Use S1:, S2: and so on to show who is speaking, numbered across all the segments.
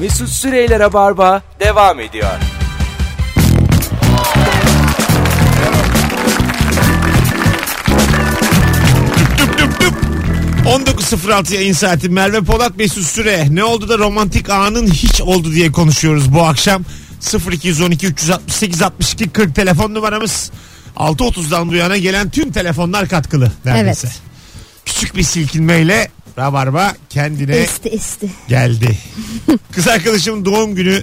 S1: Mesut Süreyler'e barba devam ediyor.
S2: Düp düp düp. 19.06 yayın saati Merve Polat Mesut Süre ne oldu da romantik anın hiç oldu diye konuşuyoruz bu akşam 0212 368 62 40 telefon numaramız 6.30'dan bu yana gelen tüm telefonlar katkılı neredeyse.
S3: Evet.
S2: Küçük bir silkinmeyle Rabarba kendine
S3: Esti esti.
S2: geldi. Kız arkadaşımın doğum günü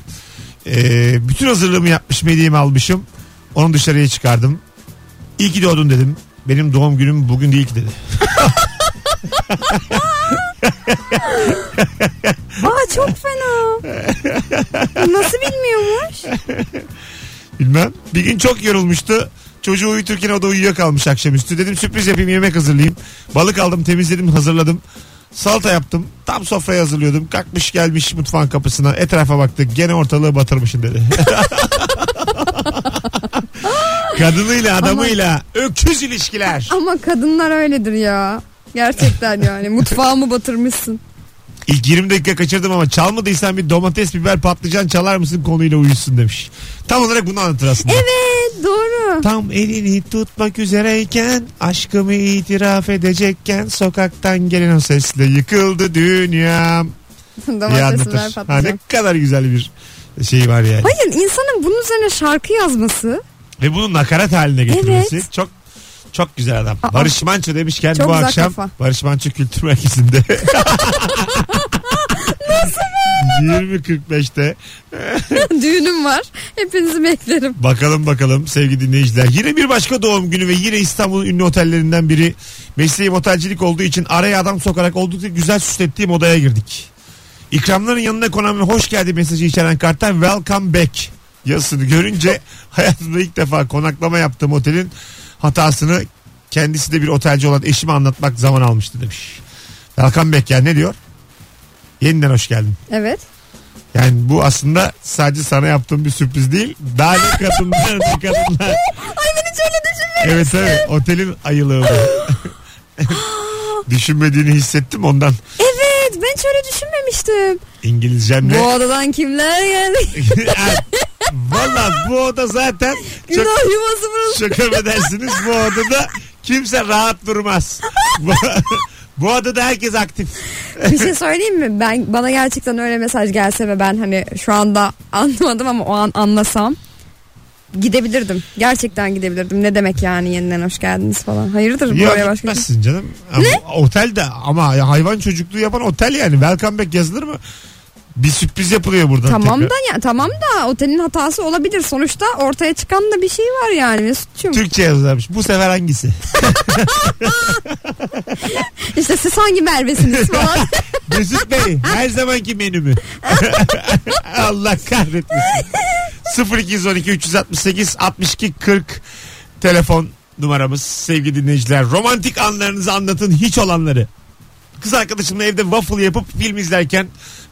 S2: e, bütün hazırlığımı yapmış medyemi almışım. Onu dışarıya çıkardım. İyi ki doğdun dedim. Benim doğum günüm bugün değil ki dedi.
S3: Aa çok fena. Nasıl bilmiyormuş?
S2: Bilmem. Bir gün çok yorulmuştu. Çocuğu uyuturken o da uyuyakalmış akşamüstü. Dedim sürpriz yapayım yemek hazırlayayım. Balık aldım temizledim hazırladım. Salata yaptım. Tam sofrayı hazırlıyordum. Kalkmış gelmiş mutfağın kapısına. Etrafa baktı. Gene ortalığı batırmışın dedi. Kadınıyla adamıyla öküz ilişkiler.
S3: Ama kadınlar öyledir ya. Gerçekten yani mutfağımı batırmışsın.
S2: İlk 20 dakika kaçırdım ama çalmadıysan bir domates, biber, patlıcan çalar mısın konuyla uyuşsun demiş. Tam olarak bunu anlatır aslında.
S3: Evet doğru.
S2: Tam elini tutmak üzereyken aşkımı itiraf edecekken sokaktan gelen o sesle yıkıldı dünyam. diye
S3: Domates biber
S2: anlatır. Ha, ne
S3: patlıcan.
S2: kadar güzel bir şey var yani.
S3: Hayır insanın bunun üzerine şarkı yazması
S2: Ve bunu nakarat haline getirmesi
S3: Evet.
S2: çok çok güzel adam.
S3: Aa.
S2: Barış Manço demişken
S3: Çok
S2: bu
S3: güzel
S2: akşam
S3: kafa.
S2: Barış Manço Kültür Merkezi'nde. Nasıl 20.45'te
S3: düğünüm var. Hepinizi beklerim.
S2: Bakalım bakalım sevgili dinleyiciler. Yine bir başka doğum günü ve yine İstanbul'un ünlü otellerinden biri. Mesleğim otelcilik olduğu için araya adam sokarak oldukça güzel süslettiğim odaya girdik. İkramların yanına konan ve hoş geldi mesajı içeren karttan welcome back yazısını görünce hayatımda ilk defa konaklama yaptığım otelin hatasını kendisi de bir otelci olan eşime anlatmak zaman almıştı demiş. Welcome back yani ne diyor? Yeniden hoş geldin.
S3: Evet.
S2: Yani bu aslında sadece sana yaptığım bir sürpriz değil. Daha ne kadınlar ne kadınlar.
S3: Ay ben hiç öyle düşünmedim.
S2: Evet evet otelin ayılığı bu. Düşünmediğini hissettim ondan
S3: Evet ben hiç öyle düşünmemiştim. Bu
S2: İngilizcemle.
S3: odadan kimler geldi?
S2: Valla bu oda zaten çok
S3: Günah yuvası burası.
S2: şaka edersiniz bu odada kimse rahat durmaz. Bu, bu odada herkes aktif.
S3: Bir şey söyleyeyim mi? Ben bana gerçekten öyle mesaj gelse ve ben hani şu anda anlamadım ama o an anlasam gidebilirdim. Gerçekten gidebilirdim. Ne demek yani yeniden hoş geldiniz falan. Hayırdır bu oraya
S2: Yok
S3: başka bir şey.
S2: gitmezsin canım. Ama Otel de ama hayvan çocukluğu yapan otel yani. Welcome back yazılır mı? Bir sürpriz yapılıyor burada.
S3: Tamam da ya tamam da otelin hatası olabilir. Sonuçta ortaya çıkan da bir şey var yani Mesut'cum.
S2: Türkçe yazılmış. Bu sefer hangisi?
S3: İşte siz hangi Merve'siniz falan.
S2: Mesut Bey her zamanki menümü. Allah kahretmesin. 0212 368 62 40 telefon numaramız sevgili dinleyiciler. Romantik anlarınızı anlatın hiç olanları. Kız arkadaşımla evde waffle yapıp film izlerken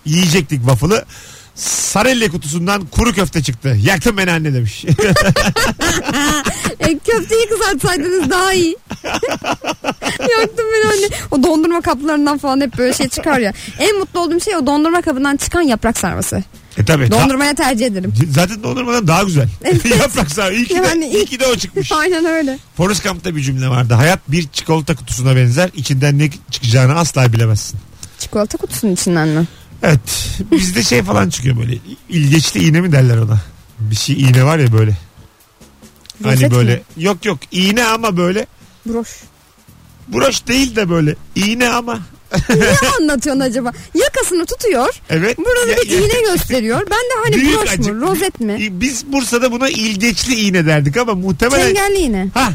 S2: yiyecektik waffle'ı. Sarelle kutusundan kuru köfte çıktı. Yaktın beni anne demiş.
S3: E, köfteyi kızartsaydınız daha iyi. Yaktım beni anne. O dondurma kaplarından falan hep böyle şey çıkar ya. En mutlu olduğum şey o dondurma kabından çıkan yaprak sarması.
S2: e tabi.
S3: Dondurmaya tercih ederim.
S2: Zaten dondurmadan daha güzel. Yaprak sağ. İyi ki, de-
S3: Yani
S2: iyi ki de o çıkmış.
S3: Aynen öyle.
S2: Forrest Gump'ta bir cümle vardı. Hayat bir çikolata kutusuna benzer. İçinden ne çıkacağını asla bilemezsin.
S3: Çikolata kutusunun içinden mi?
S2: Evet. Bizde şey falan çıkıyor böyle. İlgeçli iğne mi derler ona? Bir şey iğne var ya böyle.
S3: Rozet
S2: hani böyle.
S3: mi?
S2: Yok yok iğne ama böyle.
S3: Broş.
S2: Broş değil de böyle. İğne ama.
S3: Ne anlatıyorsun acaba? Yakasını tutuyor.
S2: Evet.
S3: Burada
S2: Ya-
S3: bir
S2: ya-
S3: iğne gösteriyor. Ben de hani
S2: Büyük
S3: broş
S2: acık.
S3: mu? Rozet mi?
S2: Biz Bursa'da buna ilgeçli iğne derdik ama muhtemelen...
S3: Çengelli iğne.
S2: Ha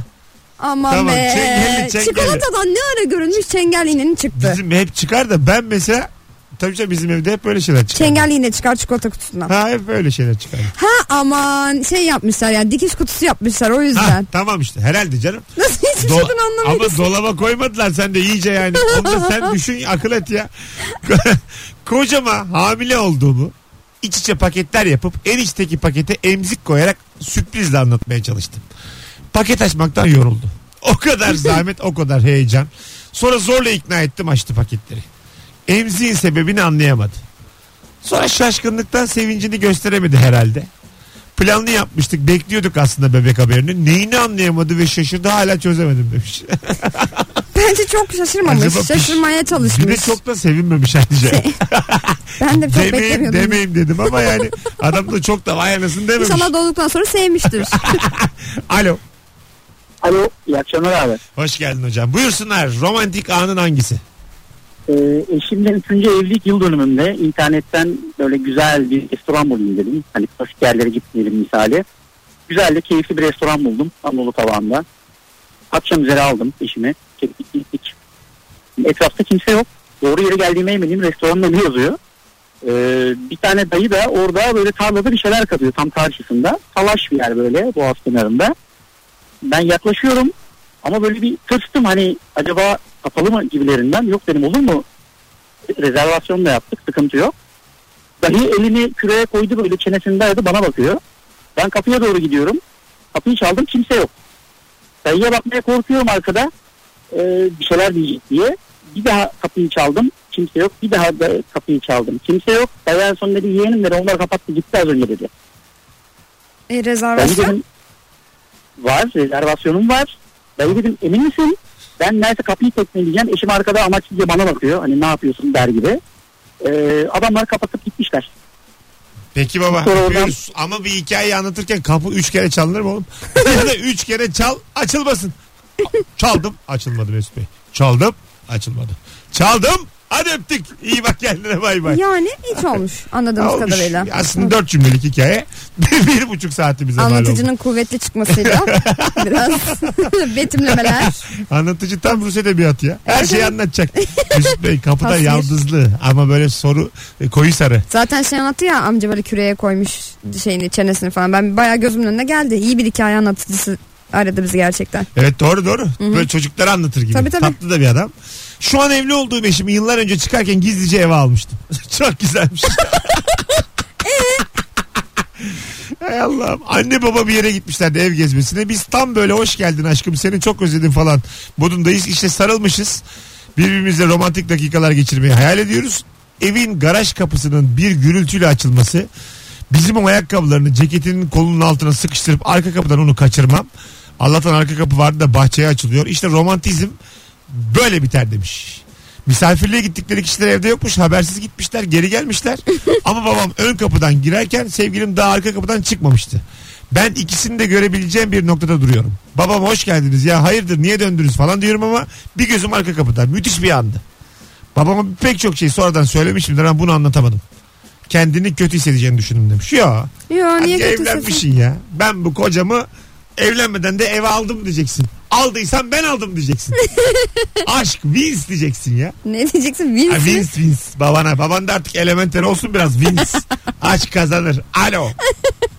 S3: Aman
S2: Tamam,
S3: be.
S2: çengelli, çengelli.
S3: Çikolatadan ne ara görünmüş çengel iğnenin çıktı.
S2: bizim hep çıkar da ben mesela... Tabii canım bizim evde hep böyle şeyler çıkar.
S3: Çengelli iğne çıkar çikolata kutusundan.
S2: Ha hep böyle şeyler çıkar.
S3: Ha aman şey yapmışlar yani dikiş kutusu yapmışlar o
S2: Ha,
S3: yüzden.
S2: tamam işte herhalde canım.
S3: Nasıl hiçbir şey
S2: Do-
S3: şeyden anlamıyorsun?
S2: Ama dolaba koymadılar sen de iyice yani. Onu sen düşün akıl et ya. Kocama hamile olduğumu iç içe paketler yapıp en içteki pakete emzik koyarak sürprizle anlatmaya çalıştım. Paket açmaktan yoruldu. O kadar zahmet o kadar heyecan. Sonra zorla ikna ettim açtı paketleri. Emziğin sebebini anlayamadı. Sonra şaşkınlıktan sevincini gösteremedi herhalde. Planlı yapmıştık. Bekliyorduk aslında bebek haberini. Neyini anlayamadı ve şaşırdı hala çözemedim demiş.
S3: Bence çok şaşırmamış.
S2: Acaba piş-
S3: Şaşırmaya
S2: Bir de
S3: çalışmış.
S2: çok da sevinmemiş ayrıca.
S3: Ben de çok
S2: demeyin,
S3: beklemiyordum.
S2: demeyin dedim ama yani adam da çok da vay anasını dememiş.
S3: İnşallah doğduktan sonra sevmiştir.
S2: Alo.
S4: Alo iyi akşamlar abi.
S2: Hoş geldin hocam. Buyursunlar. Romantik anın hangisi?
S4: Ee, eşimle 3. evlilik yıl dönümünde internetten böyle güzel bir restoran bulayım dedim. Hani klasik yerlere gitmeyelim misali. Güzel de keyifli bir restoran buldum Anadolu tavağında. Akşam üzere aldım eşimi. Çektik gittik. Etrafta kimse yok. Doğru yere geldiğime eminim restoranın önü yazıyor. Ee, bir tane dayı da orada böyle tarlada bir şeyler kazıyor tam karşısında. Salaş bir yer böyle boğaz kenarında. Ben yaklaşıyorum ama böyle bir tırstım hani acaba kapalı mı gibilerinden. Yok dedim olur mu? Rezervasyon da yaptık sıkıntı yok. Dahi elini küreye koydu böyle çenesindeydi bana bakıyor. Ben kapıya doğru gidiyorum. Kapıyı çaldım kimse yok. Dayıya bakmaya korkuyorum arkada. Ee, bir şeyler diyecek diye. Bir daha kapıyı çaldım kimse yok. Bir daha da kapıyı çaldım kimse yok. Dayı en son dedi yeğenim dedi onlar kapattı gitti az önce dedi.
S3: e,
S4: Ben de
S3: rezervasyon.
S4: dedim var rezervasyonum var. Ben de dedim emin misin? Ben neredeyse kapıyı tekmeleyeceğim. Eşim arkada amaçsızca bana bakıyor. Hani ne yapıyorsun der gibi. Ee, adamlar kapatıp gitmişler.
S2: Peki baba
S4: Sonra oradan-
S2: öpüyoruz. ama bir hikayeyi anlatırken kapı üç kere çalınır mı oğlum? ya da üç kere çal açılmasın. Çaldım açılmadı Mesut Bey. Çaldım açılmadı. Çaldım hadi öptük. İyi bak kendine bay bay.
S3: Yani hiç olmuş anladığımız
S2: Olmuş.
S3: kadarıyla.
S2: Aslında dört cümlelik hikaye. bir, bir buçuk saatimize mal oldu.
S3: Anlatıcının kuvvetli çıkmasıyla biraz betimlemeler.
S2: Anlatıcı tam Rus edebiyatı ya. Her
S3: Evet,
S2: şeyi
S3: evet.
S2: anlatacak. Mesut Bey kapıda
S3: Tasvir.
S2: yaldızlı ama böyle soru e, koyu sarı.
S3: Zaten şey anlattı ya amca böyle küreye koymuş şeyini çenesini falan. Ben bayağı gözümün önüne geldi. İyi bir hikaye anlatıcısı aradı bizi gerçekten.
S2: Evet doğru doğru. Böyle çocuklara anlatır gibi.
S3: Tabii, tabii.
S2: Tatlı da bir adam. Şu an evli olduğum eşimi yıllar önce çıkarken gizlice eve almıştım. Çok güzelmiş. Hay Allah'ım. Anne baba bir yere gitmişlerdi ev gezmesine. Biz tam böyle hoş geldin aşkım seni çok özledim falan modundayız. İşte sarılmışız. Birbirimizle romantik dakikalar geçirmeyi hayal ediyoruz. Evin garaj kapısının bir gürültüyle açılması. Bizim o ayakkabılarını ceketinin kolunun altına sıkıştırıp arka kapıdan onu kaçırmam. Allah'tan arka kapı vardı da bahçeye açılıyor. İşte romantizm böyle biter demiş. Misafirliğe gittikleri kişiler evde yokmuş. Habersiz gitmişler geri gelmişler. Ama babam ön kapıdan girerken sevgilim daha arka kapıdan çıkmamıştı. Ben ikisini de görebileceğim bir noktada duruyorum. Babam hoş geldiniz ya hayırdır niye döndünüz falan diyorum ama bir gözüm arka kapıda. Müthiş bir andı. Babama pek çok şey sonradan söylemişimdir ama bunu anlatamadım. Kendini kötü hissedeceğini düşündüm demiş. Ya
S3: Yo niye
S2: Hadi
S3: kötü sesin?
S2: evlenmişsin ya. Ben bu kocamı evlenmeden de eve aldım diyeceksin. Aldıysan ben aldım diyeceksin. Aşk wins diyeceksin ya.
S3: Ne diyeceksin?
S2: Ha,
S3: Vince mi?
S2: wins wins babana. Baban da artık elementer olsun biraz wins. Aşk kazanır. Alo.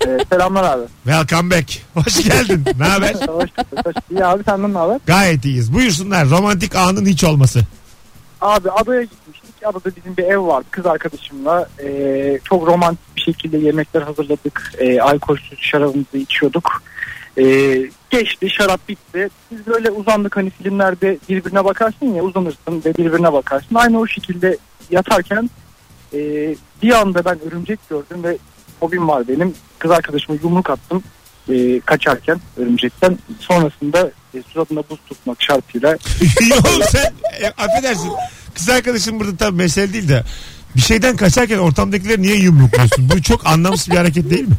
S4: Ee, selamlar abi.
S2: Welcome back. Hoş geldin. ne haber?
S4: Hoş, hoş. İyi abi senden ne haber?
S2: Gayet iyiyiz. Buyursunlar. Romantik anın hiç olması.
S5: Abi adaya gitmiştik. Adada bizim bir ev vardı kız arkadaşımla. Ee, çok romantik bir şekilde yemekler hazırladık. Ee, alkolsüz şarabımızı içiyorduk. Ee, geçti şarap bitti. Biz böyle uzandık hani filmlerde birbirine bakarsın ya uzanırsın ve birbirine bakarsın. Aynı o şekilde yatarken e, bir anda ben örümcek gördüm ve hobim var benim. Kız arkadaşıma yumruk attım e, kaçarken örümcekten. Sonrasında e, suratına buz tutmak şartıyla
S2: Oğlum sen e, affedersin. Kız arkadaşım burada tam mesele değil de bir şeyden kaçarken ortamdakileri niye yumrukluyorsun? Bu çok anlamsız bir hareket değil mi?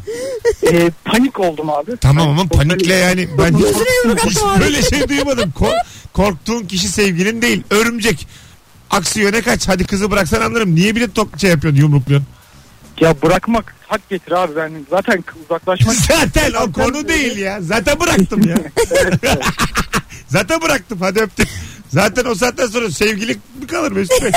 S5: E, panik oldum abi.
S2: Tamam ama
S5: Yani çok
S2: panikle yani ben hiç,
S3: yumruk
S2: hiç
S3: atma abi.
S2: böyle şey duymadım. Kork, korktuğun kişi sevgilin değil. Örümcek. Aksi yöne kaç. Hadi kızı bıraksan anlarım. Niye bile tok şey yapıyorsun yumrukluyorsun?
S5: Ya bırakmak hak getir abi. Ben zaten k- uzaklaşmak
S2: Zaten o konu değil ya. Zaten bıraktım ya. Zaten bıraktım. Hadi öptüm. Zaten o saatten sonra sevgili mi kalır Mesut Bey?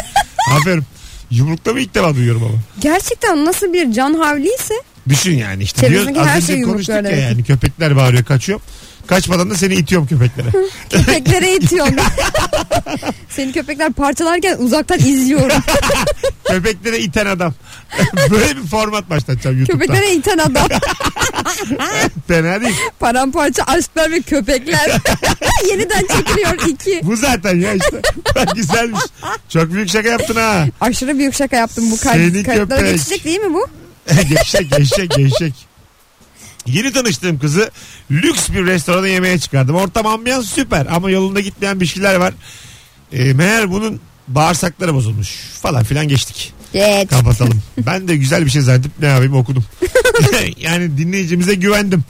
S2: Aferin. Yumrukta mı ilk defa duyuyorum ama.
S3: Gerçekten nasıl bir can havliyse
S2: Düşün yani işte.
S3: Çevremizdeki
S2: Diyor,
S3: her
S2: az önce
S3: şey yumruklu
S2: konuştuk ya
S3: öyle.
S2: yani köpekler bağırıyor kaçıyor. Kaçmadan da seni itiyorum köpeklere.
S3: Köpeklere itiyorum. Seni köpekler parçalarken uzaktan izliyorum.
S2: köpeklere iten adam. Böyle bir format başlatacağım YouTube'da.
S3: Köpeklere iten adam.
S2: Fena değil.
S3: Paramparça aşklar ve köpekler. Yeniden çekiliyor iki.
S2: Bu zaten ya işte. Bak güzelmiş. Çok büyük şaka yaptın ha.
S3: Aşırı büyük şaka yaptım bu
S2: Seni
S3: kayıt, kayıtlara
S2: köpek.
S3: geçecek değil mi bu?
S2: gevşek gevşek gevşek. Yeni tanıştığım kızı lüks bir restorana yemeğe çıkardım. Ortam ambiyans süper ama yolunda gitmeyen bir şeyler var. E, meğer bunun bağırsakları bozulmuş falan filan geçtik.
S3: Geç.
S2: Kapatalım. ben de güzel bir şey zannedip ne yapayım okudum. yani dinleyicimize güvendim.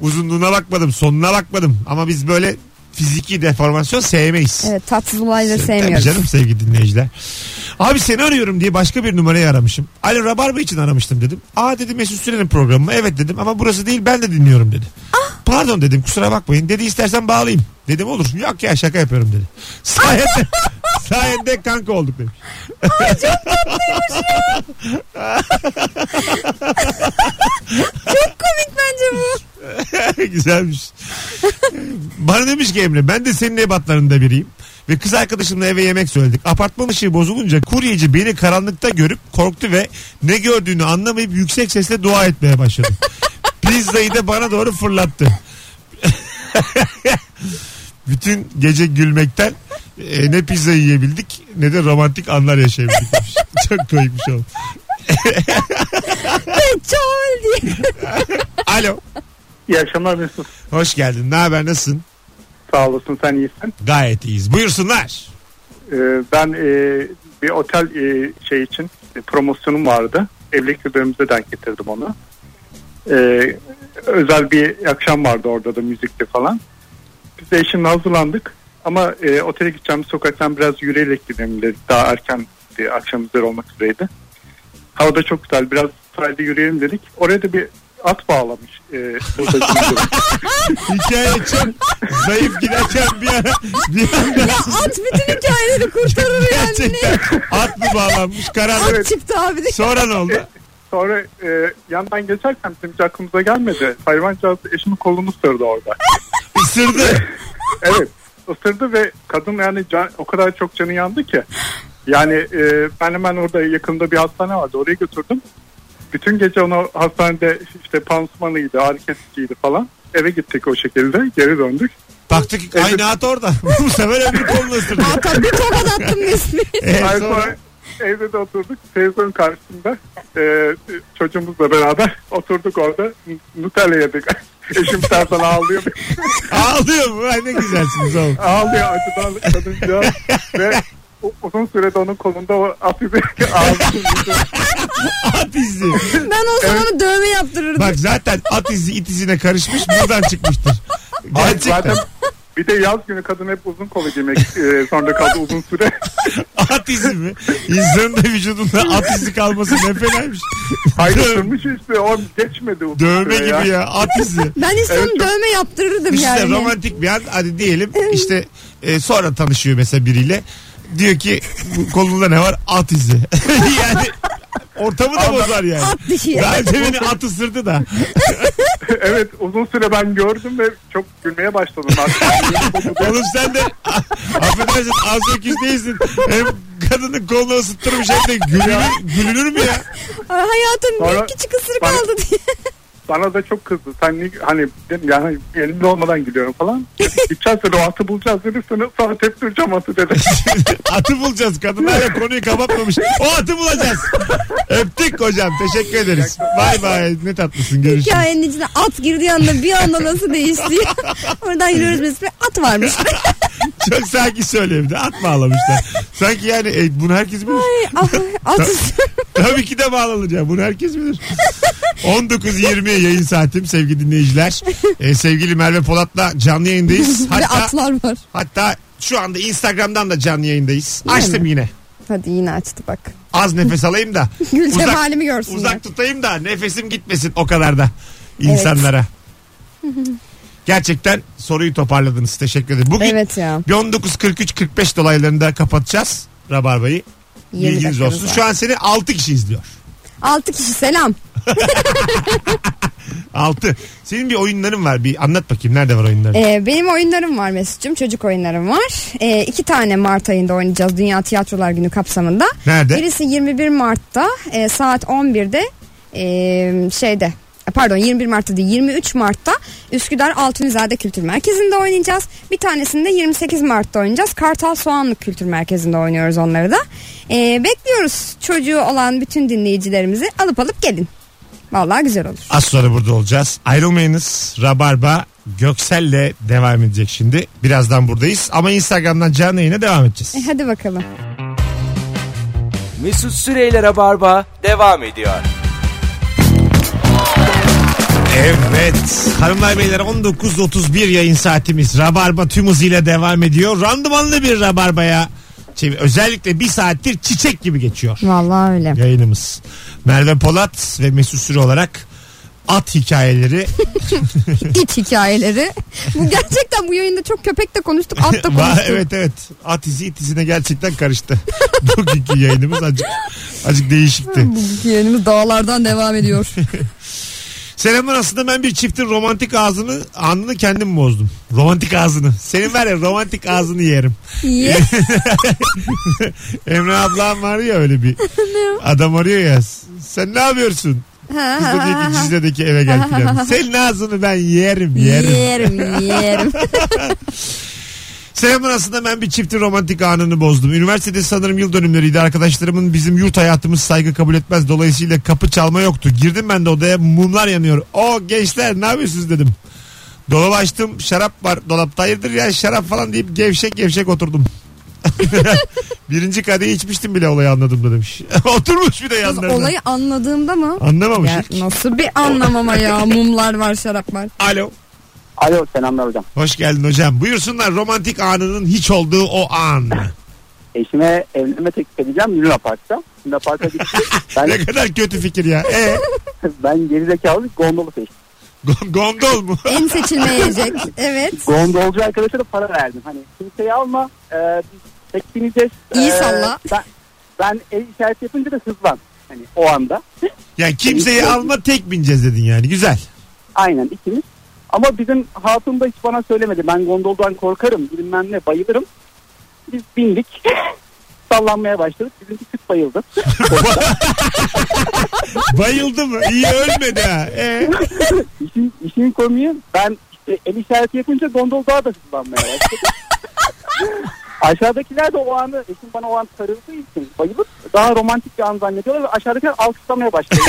S2: Uzunluğuna bakmadım, sonuna bakmadım. Ama biz böyle fiziki deformasyon sevmeyiz.
S3: Evet tatsız olayları
S2: Tabii
S3: sevmiyoruz.
S2: canım sevgili dinleyiciler. Abi seni arıyorum diye başka bir numarayı aramışım. Alo Rabarba için aramıştım dedim. Aa dedi Mesut Süren'in programı. mı? Evet dedim ama burası değil ben de dinliyorum dedi.
S3: Ah!
S2: Pardon dedim kusura bakmayın. Dedi istersen bağlayayım. Dedim olur. Yok ya şaka yapıyorum dedi. Sayende, sayende kanka olduk demiş.
S3: Komik bence bu.
S2: Güzelmiş. Bana demiş ki Emre ben de senin ebatlarında biriyim. Ve kız arkadaşımla eve yemek söyledik. Apartman ışığı bozulunca kuryeci beni karanlıkta görüp korktu ve ne gördüğünü anlamayıp yüksek sesle dua etmeye başladı. Pizzayı da bana doğru fırlattı. Bütün gece gülmekten e, ne pizza yiyebildik ne de romantik anlar yaşayabildik. demiş. Çok koymuş oldu.
S3: Çol diye.
S2: Alo.
S5: İyi akşamlar Mesut.
S2: Hoş geldin. Ne haber? Nasılsın?
S5: Sağ olasın sen iyisin.
S2: Gayet iyiyiz. Buyursunlar.
S5: Ee, ben e, bir otel e, şey için e, promosyonum vardı. Evlilik yıllarımıza denk getirdim onu. Ee, özel bir akşam vardı orada da müzikli falan. Biz de eşimle hazırlandık. Ama e, otele gideceğim sokaktan biraz yürüyerek gidelim dedik. Daha erken e, akşam üzeri olmak üzereydi. Hava da çok güzel. Biraz sahilde yürüyelim dedik. Oraya da bir at bağlamış. E, buradaki-
S2: Hikaye çok zayıf giderken bir ara bir anda
S3: Ya at bütün hikayeleri kurtarır yani.
S2: gerçekten at mı bağlanmış karanlık.
S3: At çıktı abi.
S2: Sonra ne oldu?
S5: Sonra e, yandan geçerken bizim hiç aklımıza gelmedi. Hayvancağız eşimin kolunu ısırdı orada.
S2: Isırdı.
S5: Evet ısırdı ve kadın yani can- o kadar çok canı yandı ki. Yani e, ben hemen orada yakında bir hastane vardı oraya götürdüm. Bütün gece onu hastanede işte pansumanıydı, hareketsizliydi falan. Eve gittik o şekilde geri döndük.
S2: Baktık ki aynı at orada. Bu sefer öbür kolunu ısırdı.
S3: Hatta bir tokat attım resmi.
S2: Ee,
S5: Ay,
S2: sonra
S5: sonra evde de oturduk televizyon karşısında e, çocuğumuzla beraber oturduk orada Nutella yedik. Eşim tersen ağlıyor.
S2: ağlıyor mu? Ay ne güzelsiniz oğlum.
S5: ağlıyor acıdan kadıncağız ve u- uzun sürede onun kolunda o hafif ağzını
S2: At izi.
S3: Ben olsam ona dövme yaptırırdım.
S2: Bak zaten at izi it izine karışmış buradan çıkmıştır. Gerçekten
S5: zaten bir de yaz günü kadın hep uzun kolu giymek e, zorunda kaldı uzun süre.
S2: at izi mi? İnsanın da vücudunda at izi kalması ne fenaymış.
S5: Hayır
S2: Dövme-
S5: sürmüş işte o geçmedi uzun
S2: Dövme
S5: süre
S2: gibi ya at izi.
S3: Ben işte
S5: Evet,
S3: onu dövme yaptırırdım
S2: İşte
S3: yani.
S2: romantik bir an hadi diyelim işte e, sonra tanışıyor mesela biriyle. Diyor ki bu kolunda ne var? At izi. yani ortamı da bozar yani.
S3: At dişi.
S2: Daha önce beni at ısırdı da.
S5: evet uzun süre ben gördüm ve çok gülmeye başladım artık.
S2: Oğlum sen de affedersin az öküz değilsin. Hem kadının kolunu ısıttırmış hem de gülünür, gülünür mü ya?
S3: Ay, Hayatın
S5: Sonra-
S3: bir küçük ısırık
S5: Bana-
S3: aldı diye.
S5: Bana da çok kızdı. Sen ne- hani dedim yani elimde olmadan gülüyorum falan. Dedi, Gideceğiz dedi o atı bulacağız dedi. Sonra, sonra teptireceğim atı dedi.
S2: atı bulacağız. Kadın hala konuyu kapatmamış. O atı bulacağız. Öptük hocam. Teşekkür ederiz. Bay bay. Ne tatlısın. Görüşürüz.
S3: Hikayenin içine at girdiği anda bir anda nasıl değişti. Oradan yürüyoruz biz bir at varmış.
S2: Çok sakin söylüyorum. de At bağlamışlar. Sanki yani e, bunu herkes bilir.
S3: Ay, ah, at
S2: Tabii ki de bağlanacağım. Bunu herkes bilir. 19.20 yayın saatim sevgili dinleyiciler. E, sevgili Merve Polat'la canlı yayındayız.
S3: bir de
S2: Hatta,
S3: atlar var.
S2: hatta şu anda Instagram'dan da canlı yayındayız. Açtım yine.
S3: Hadi yine açtı bak.
S2: Az nefes alayım da.
S3: Gül cemalimi görsünler.
S2: Uzak tutayım da nefesim gitmesin o kadar da insanlara. Gerçekten soruyu toparladınız. Teşekkür ederim. Bugün
S3: Evet ya.
S2: 19.43-45 dolaylarında kapatacağız Rabarba'yı.
S3: 20
S2: Bilginiz
S3: dakikamız
S2: olsun.
S3: var.
S2: Şu an seni 6 kişi izliyor.
S3: 6 kişi selam.
S2: Altı. Senin bir oyunların var. Bir anlat bakayım. Nerede var oyunların?
S3: Ee, benim oyunlarım var Mesut'cum. Çocuk oyunlarım var. Ee, iki tane Mart ayında oynayacağız Dünya Tiyatrolar Günü kapsamında.
S2: Nerede?
S3: Birisi 21 Mart'ta e, saat 11'de e, şeyde e, pardon 21 Mart'ta değil 23 Mart'ta Üsküdar Altunizade Kültür Merkezi'nde oynayacağız. Bir tanesini de 28 Mart'ta oynayacağız. Kartal Soğanlık Kültür Merkezi'nde oynuyoruz onları da. E, bekliyoruz çocuğu olan bütün dinleyicilerimizi alıp alıp gelin. Vallahi güzel olur.
S2: Az sonra burada olacağız. Ayrılmayınız. Rabarba Göksel'le devam edecek şimdi. Birazdan buradayız. Ama Instagram'dan canlı yayına devam edeceğiz.
S3: E, hadi bakalım.
S1: Mesut Süreyler'e barba devam ediyor.
S2: Evet. Hanımlar beyler 19.31 yayın saatimiz. Rabarba tüm hızıyla devam ediyor. Randımanlı bir rabarbaya çevir- özellikle bir saattir çiçek gibi geçiyor
S3: Vallahi öyle.
S2: yayınımız. Merve Polat ve Mesut Süre olarak at hikayeleri
S3: İç hikayeleri. Bu gerçekten bu yayında çok köpek de konuştuk, at da
S2: Va-
S3: konuştuk.
S2: evet evet. At izi it izine gerçekten karıştı. Bugünkü yayınımız acık, acık değişikti.
S3: Bugünkü yayınımız dağlardan devam ediyor.
S2: Selamlar aslında ben bir çiftin romantik ağzını anını kendim bozdum. Romantik ağzını. Senin var ya romantik ağzını yerim.
S3: Ye.
S2: Emre ablam var ya öyle bir. Adam arıyor ya. Sen ne yapıyorsun?
S3: Ha,
S2: Biz
S3: ha, ha,
S2: buradaki
S3: ha.
S2: Cizre'deki eve gel filan. Senin ağzını ben yerim yerim.
S3: yerim. yerim.
S2: Selamın aslında ben bir çiftin romantik anını bozdum. Üniversitede sanırım yıl dönümleriydi. Arkadaşlarımın bizim yurt hayatımız saygı kabul etmez. Dolayısıyla kapı çalma yoktu. Girdim ben de odaya mumlar yanıyor. O gençler ne yapıyorsunuz dedim. Dolabı açtım şarap var dolapta hayırdır ya şarap falan deyip gevşek gevşek oturdum. Birinci kadehi içmiştim bile olayı anladım da demiş. Oturmuş bir de
S3: Kız
S2: yanlarına.
S3: Olayı anladığımda mı?
S2: Anlamamış
S3: Ya
S2: hiç.
S3: nasıl bir anlamama ya mumlar var şarap var.
S2: Alo.
S4: Alo selamlar hocam.
S2: Hoş geldin hocam. Buyursunlar romantik anının hiç olduğu o an.
S4: Eşime evlenme teklif edeceğim Luna Park'ta. Luna Park'a gittik. ben,
S2: ne kadar kötü fikir ya. E,
S4: ben gerizekalı gondolu seçtim.
S2: gon- gondol mu?
S3: En seçilmeyecek. Evet.
S4: Gondolcu arkadaşa da para verdim. Hani kimseyi alma. E, biz tek bineceğiz.
S3: İyi
S4: E,
S3: salla.
S4: Ben, ben el işareti yapınca da hızlan. Hani o anda.
S2: Yani kimseyi alma tek bineceğiz dedin yani. Güzel.
S4: Aynen ikimiz. Ama bizim hatun da hiç bana söylemedi. Ben gondoldan korkarım bilmem ne bayılırım. Biz bindik. Sallanmaya başladık. Bizimki süt bayıldı.
S2: Bayıldı mı? İyi ölmedi ha. E,
S4: İşin, işin komiği ben işte el işareti yapınca gondol daha da hızlanmaya başladı. Aşağıdakiler de o anı, eşim bana o an sarıldığı için bayılıp daha romantik bir an zannediyorlar ve aşağıdakiler alkışlamaya başladı.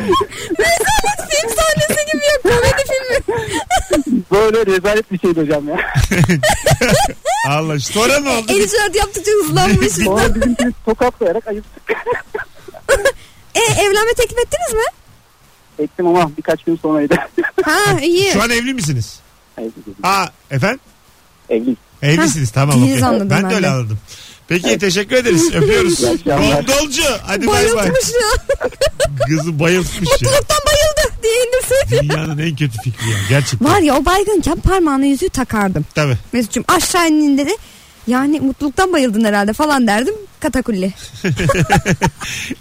S3: Mesela film sahnesi gibi ya komedi filmi.
S4: Böyle rezalet bir şeydi hocam ya.
S2: Allah sonra ne oldu?
S3: El işareti yaptıkça hızlanmış.
S4: Sonra bizimkini tokatlayarak ayırttık.
S3: e evlenme teklif ettiniz mi?
S4: Ettim ama birkaç gün sonraydı.
S3: Ha iyi.
S2: Şu an evli misiniz? Ha efendim?
S4: Evliyiz.
S2: Evlisiniz tamam.
S3: değiliz
S2: okey.
S3: anladım
S2: ben
S3: ben
S2: de
S3: de.
S2: öyle anladım. Peki teşekkür ederiz. Öpüyoruz.
S4: İyi akşamlar.
S2: Gondolcu. Hadi bay bay.
S3: Bayıltmış ya.
S2: Kızı bayıltmış ya.
S3: Mutluluktan bayıldı diye indirsin.
S2: Dünyanın en kötü fikri ya. Gerçekten.
S3: Var ya o baygınken parmağına yüzüğü takardım.
S2: Tabii.
S3: Mesut'cum aşağı indiğinde de yani mutluluktan bayıldın herhalde falan derdim. Katakulli.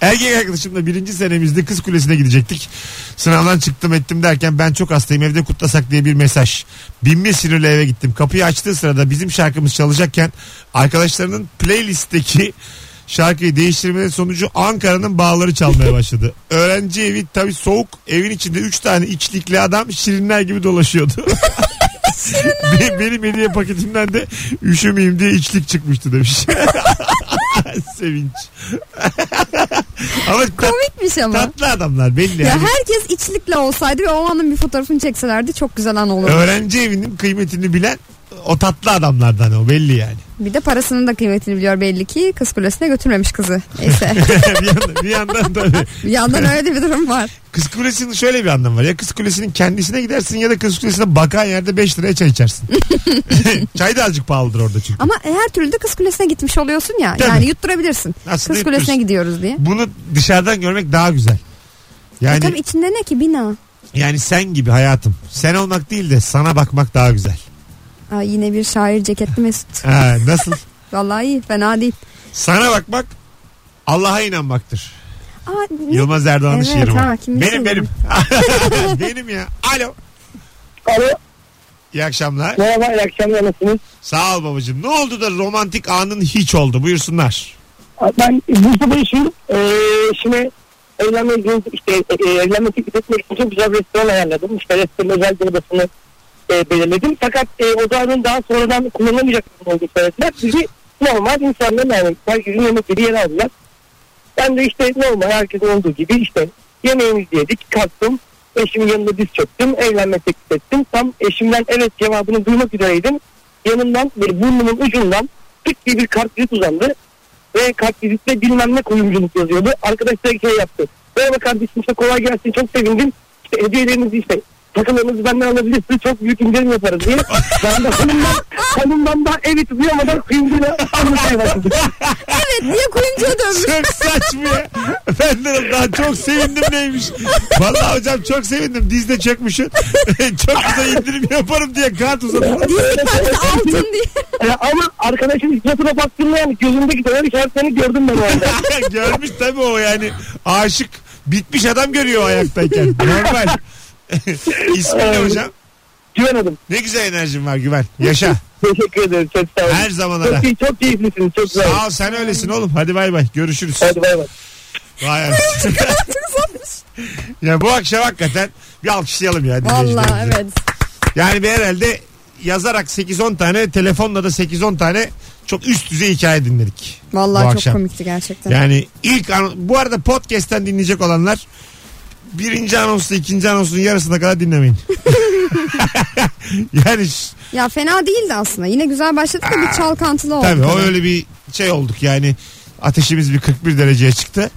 S2: Erkek arkadaşımla birinci senemizde kız kulesine gidecektik. Sınavdan çıktım ettim derken ben çok hastayım evde kutlasak diye bir mesaj. Binme sinirle eve gittim. Kapıyı açtığı sırada bizim şarkımız çalacakken arkadaşlarının playlistteki şarkıyı değiştirmenin sonucu Ankara'nın bağları çalmaya başladı. Öğrenci evi tabii soğuk evin içinde 3 tane içlikli adam şirinler gibi dolaşıyordu. Be- Benim hediye paketimden de üşümeyeyim diye içlik çıkmıştı demiş. Sevinç. Ama tat-
S3: Komikmiş ama.
S2: tatlı adamlar belli.
S3: Ya
S2: yani.
S3: herkes içlikle olsaydı ve o anın bir fotoğrafını çekselerdi çok güzel an olurdu.
S2: Öğrenci evinin kıymetini bilen o tatlı adamlardan o belli yani.
S3: Bir de parasının da kıymetini biliyor belli ki kız kulesine götürmemiş kızı. Neyse.
S2: bir, yandan, bir yandan da
S3: bir yandan öyle de bir durum var.
S2: kız kulesinin şöyle bir anlamı var. Ya kız kulesinin kendisine gidersin ya da kız kulesine bakan yerde 5 liraya çay içersin. çay da azıcık pahalıdır orada çünkü.
S3: Ama her türlü de kız kulesine gitmiş oluyorsun ya.
S2: Tabii.
S3: Yani yutturabilirsin.
S2: Aslında
S3: kız kulesine
S2: yutturursun.
S3: gidiyoruz diye.
S2: Bunu dışarıdan görmek daha güzel.
S3: E
S2: Yani
S3: tabii içinde ne ki bina?
S2: yani sen gibi hayatım. Sen olmak değil de sana bakmak daha güzel.
S3: Aa, yine bir şair ceketli Mesut.
S2: Ha, nasıl?
S3: Vallahi iyi fena değil.
S2: sana bakmak Allah'a inanmaktır.
S3: Aa, ne-
S2: Yılmaz Erdoğan'ın
S3: Evet,
S2: şiiri bu.
S3: ha, kim bilir
S2: Benim benim. benim ya. Alo.
S4: Alo
S2: İyi akşamlar.
S4: merhaba iyi akşamlar nasılsınız?
S2: Sağ ol babacığım. Ne oldu da romantik anın hiç oldu? Buyursunlar.
S4: Ben Bursa'da yaşıyorum. Ee, şimdi evlenmeye gidiyoruz. İşte e, e, evlenme teklif etmek için güzel bir restoran ayarladım. İşte restoranın özel bir odasını e, belirledim. Fakat e, odanın daha sonradan kullanılamayacak olduğunu söylediler. Bizi normal insanların yani herkesin yemekleri yere aldılar. Ben de işte normal herkesin olduğu gibi işte yemeğimizi yedik, kalktım. Eşimin yanında diz çöktüm, evlenme teklif ettim. Tam eşimden evet cevabını duymak üzereydim. Yanımdan bir burnumun ucundan tık diye bir kartvizit uzandı. Ve kartvizitte bilmem ne koyumculuk yazıyordu. Arkadaş da şey yaptı. Merhaba kardeşim işte kolay gelsin çok sevindim. İşte hediyelerinizi işte takılarınızı benden alabilirsiniz. Çok büyük indirim yaparız diye. Ben de hanımdan, hanımdan daha evet duyamadan kuyumcuyla anlaşmaya başladım.
S3: Evet niye kuyumcuya dönmüş?
S2: Çok saçma ya. Ben de daha çok sevindim neymiş. Vallahi hocam çok sevindim. Dizde çökmüşsün. çok güzel indirim yaparım diye kart uzatılır.
S3: Dizli altın diye.
S4: Ya ama arkadaşın suratına baktığımda yani gözümdeki dönem işaretlerini gördüm ben o anda.
S2: Görmüş tabii o yani. Aşık. Bitmiş adam görüyor ayaktayken. Normal. İsmin ne hocam?
S4: Güvenedim.
S2: Ne güzel enerjin var güven. Yaşa.
S4: Teşekkür ederim. Çok sağ olun.
S2: Her zaman ara.
S4: Çok, iyi, çok keyiflisiniz. Çok güzel.
S2: Sağ ol sen öylesin oğlum. Hadi bay bay. Görüşürüz.
S4: Hadi bay bay.
S2: Vay anasını. ya bu akşam hakikaten bir alkışlayalım ya. dinleyicilerimizi.
S3: Valla evet.
S2: Yani bir herhalde yazarak 8-10 tane telefonla da 8-10 tane çok üst düzey hikaye dinledik.
S3: Valla
S2: bu
S3: çok
S2: akşam.
S3: komikti gerçekten.
S2: Yani ilk an- bu arada podcast'ten dinleyecek olanlar birinci anonsla ikinci anonsun yarısına kadar dinlemeyin. yani ş-
S3: Ya fena değildi aslında. Yine güzel başladık da bir çalkantılı oldu.
S2: tabii o öyle bir şey olduk yani ateşimiz bir 41 dereceye çıktı.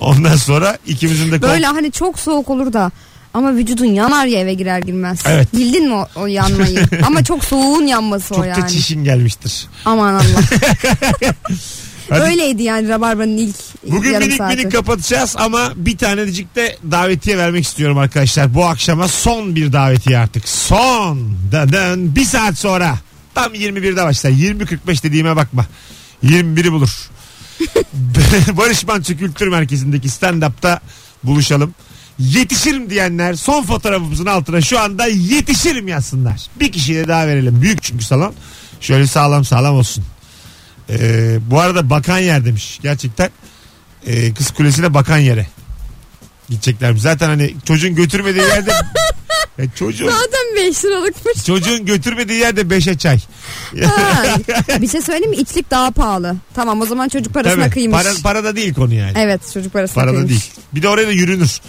S2: Ondan sonra ikimizin de kol-
S3: Böyle hani çok soğuk olur da ama vücudun yanar ya eve girer girmez.
S2: Evet.
S3: Bildin mi o, o yanmayı? ama çok soğuğun yanması o
S2: çok
S3: yani.
S2: da çişin gelmiştir.
S3: Aman Allah.
S2: Hadi.
S3: Öyleydi yani Rabarba'nın ilk
S2: Bugün
S3: yarım
S2: minik
S3: saati.
S2: minik kapatacağız ama bir tanecik de davetiye vermek istiyorum arkadaşlar. Bu akşama son bir davetiye artık. Son. Dın Bir saat sonra. Tam 21'de başlar. 20.45 dediğime bakma. 21'i bulur. Barış Manço Kültür Merkezi'ndeki stand-up'ta buluşalım. Yetişirim diyenler son fotoğrafımızın altına şu anda yetişirim yazsınlar. Bir kişiye daha verelim. Büyük çünkü salon. Şöyle sağlam sağlam olsun. Ee, bu arada bakan yer demiş. Gerçekten e, kız kulesine bakan yere gidecekler. Zaten hani çocuğun götürmediği yerde Ya çocuğun,
S3: Zaten 5 liralıkmış.
S2: çocuğun götürmediği yerde beşe çay.
S3: Ha. bir şey söyleyeyim mi? İçlik daha pahalı. Tamam o zaman çocuk parasına
S2: Tabii.
S3: kıymış.
S2: Para, parada değil konu yani.
S3: Evet çocuk parasına
S2: Parada
S3: kıymış.
S2: değil. Bir de oraya da yürünür.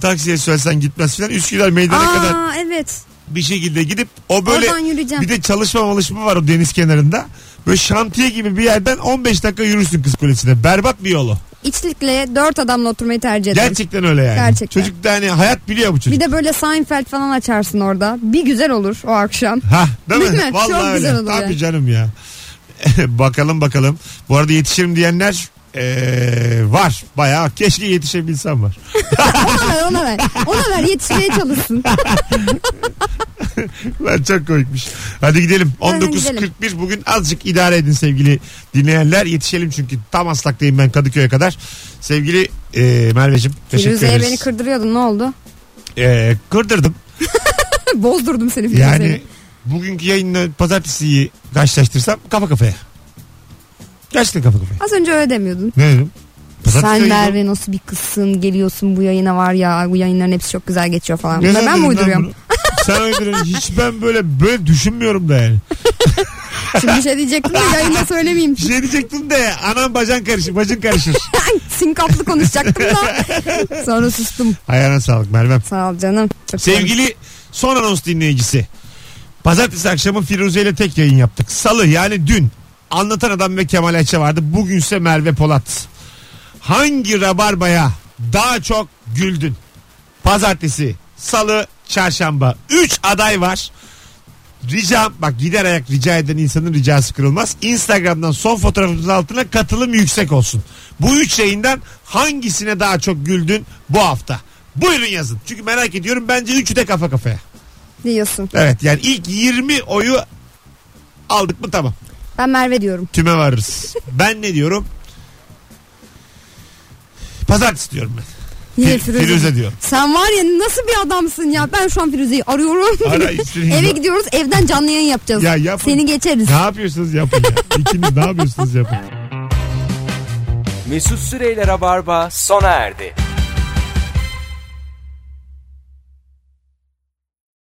S2: Taksiye söylesen gitmez filan. Üsküdar meydana
S3: Aa
S2: kadar
S3: evet.
S2: bir şekilde gidip o böyle
S3: Oradan yürüyeceğim.
S2: bir de çalışma malışma var o deniz kenarında. Böyle şantiye gibi bir yerden 15 dakika yürürsün kız kulesine. Berbat bir yolu.
S3: İçlikle dört adamla oturmayı tercih ederim.
S2: Gerçekten öyle yani.
S3: Gerçekten.
S2: Çocuk da hani hayat biliyor bu çocuk.
S3: Bir de böyle Seinfeld falan açarsın orada. Bir güzel olur o akşam.
S2: Ha, değil,
S3: Değil
S2: mi?
S3: mi?
S2: Vallahi
S3: Çok güzel
S2: öyle.
S3: oluyor.
S2: Tabii canım ya. bakalım bakalım. Bu arada yetişirim diyenler eee, var. Bayağı keşke yetişebilsem var.
S3: Ona ver ona ver. Ona ver yetişmeye çalışsın.
S2: Lan çok komikmiş. Hadi gidelim.
S3: Aynen
S2: 19.41 bugün azıcık idare edin sevgili dinleyenler. Yetişelim çünkü tam aslaktayım ben Kadıköy'e kadar. Sevgili eee Merveciğim teşekkür
S3: Firuze'ye
S2: ederiz.
S3: beni kırdırıyordun ne oldu?
S2: Eee, kırdırdım.
S3: Bozdurdum seni Firuze'yle.
S2: Yani bugünkü yayınla pazartesiyi karşılaştırsam kafa kafaya. Gerçekten kafa kafaya.
S3: Az önce öyle demiyordun.
S2: Ne dedim?
S3: Sen
S2: yayını-
S3: Merve nasıl bir kızsın geliyorsun bu yayına var ya bu yayınların hepsi çok güzel geçiyor falan.
S2: Ne
S3: Bunları ben mi
S2: zannedin lan
S3: uyduruyorum?
S2: bunu? Sen uyduruyorsun. Hiç ben böyle böyle düşünmüyorum da yani.
S3: Şimdi bir şey diyecektim de yayında söylemeyeyim.
S2: Bir şey diyecektim de anam bacan karışır, bacın karışır.
S3: Sinkaplı konuşacaktım da. Sonra sustum.
S2: Ayağına sağlık Mervem.
S3: Sağ ol canım. Çok
S2: Sevgili son anons dinleyicisi. Pazartesi akşamı Firuze ile tek yayın yaptık. Salı yani dün anlatan adam ve Kemal Ayça vardı. Bugünse Merve Polat. Hangi rabarbaya daha çok güldün? Pazartesi, salı, çarşamba. 3 aday var. Ricam bak gider ayak rica eden insanın ricası kırılmaz. Instagram'dan son fotoğrafımızın altına katılım yüksek olsun. Bu üç yayından hangisine daha çok güldün bu hafta? Buyurun yazın. Çünkü merak ediyorum bence üçü de kafa kafaya.
S3: Diyorsun.
S2: Evet yani ilk 20 oyu aldık mı tamam.
S3: Ben Merve diyorum.
S2: Tüme varırız. ben ne diyorum? Pazartesi diyorum ben.
S3: Yine
S2: Fi-
S3: Firuze.
S2: Firuze diyor.
S3: Sen var ya nasıl bir adamsın ya. Ben şu an Firuze'yi arıyorum.
S2: Ara üstüne-
S3: Eve gidiyoruz evden canlı yayın yapacağız.
S2: Ya yapın.
S3: Seni geçeriz.
S2: Ne yapıyorsunuz yapın ya. İkiniz ne yapıyorsunuz yapın.
S1: Mesut Süreyler'e barba sona erdi.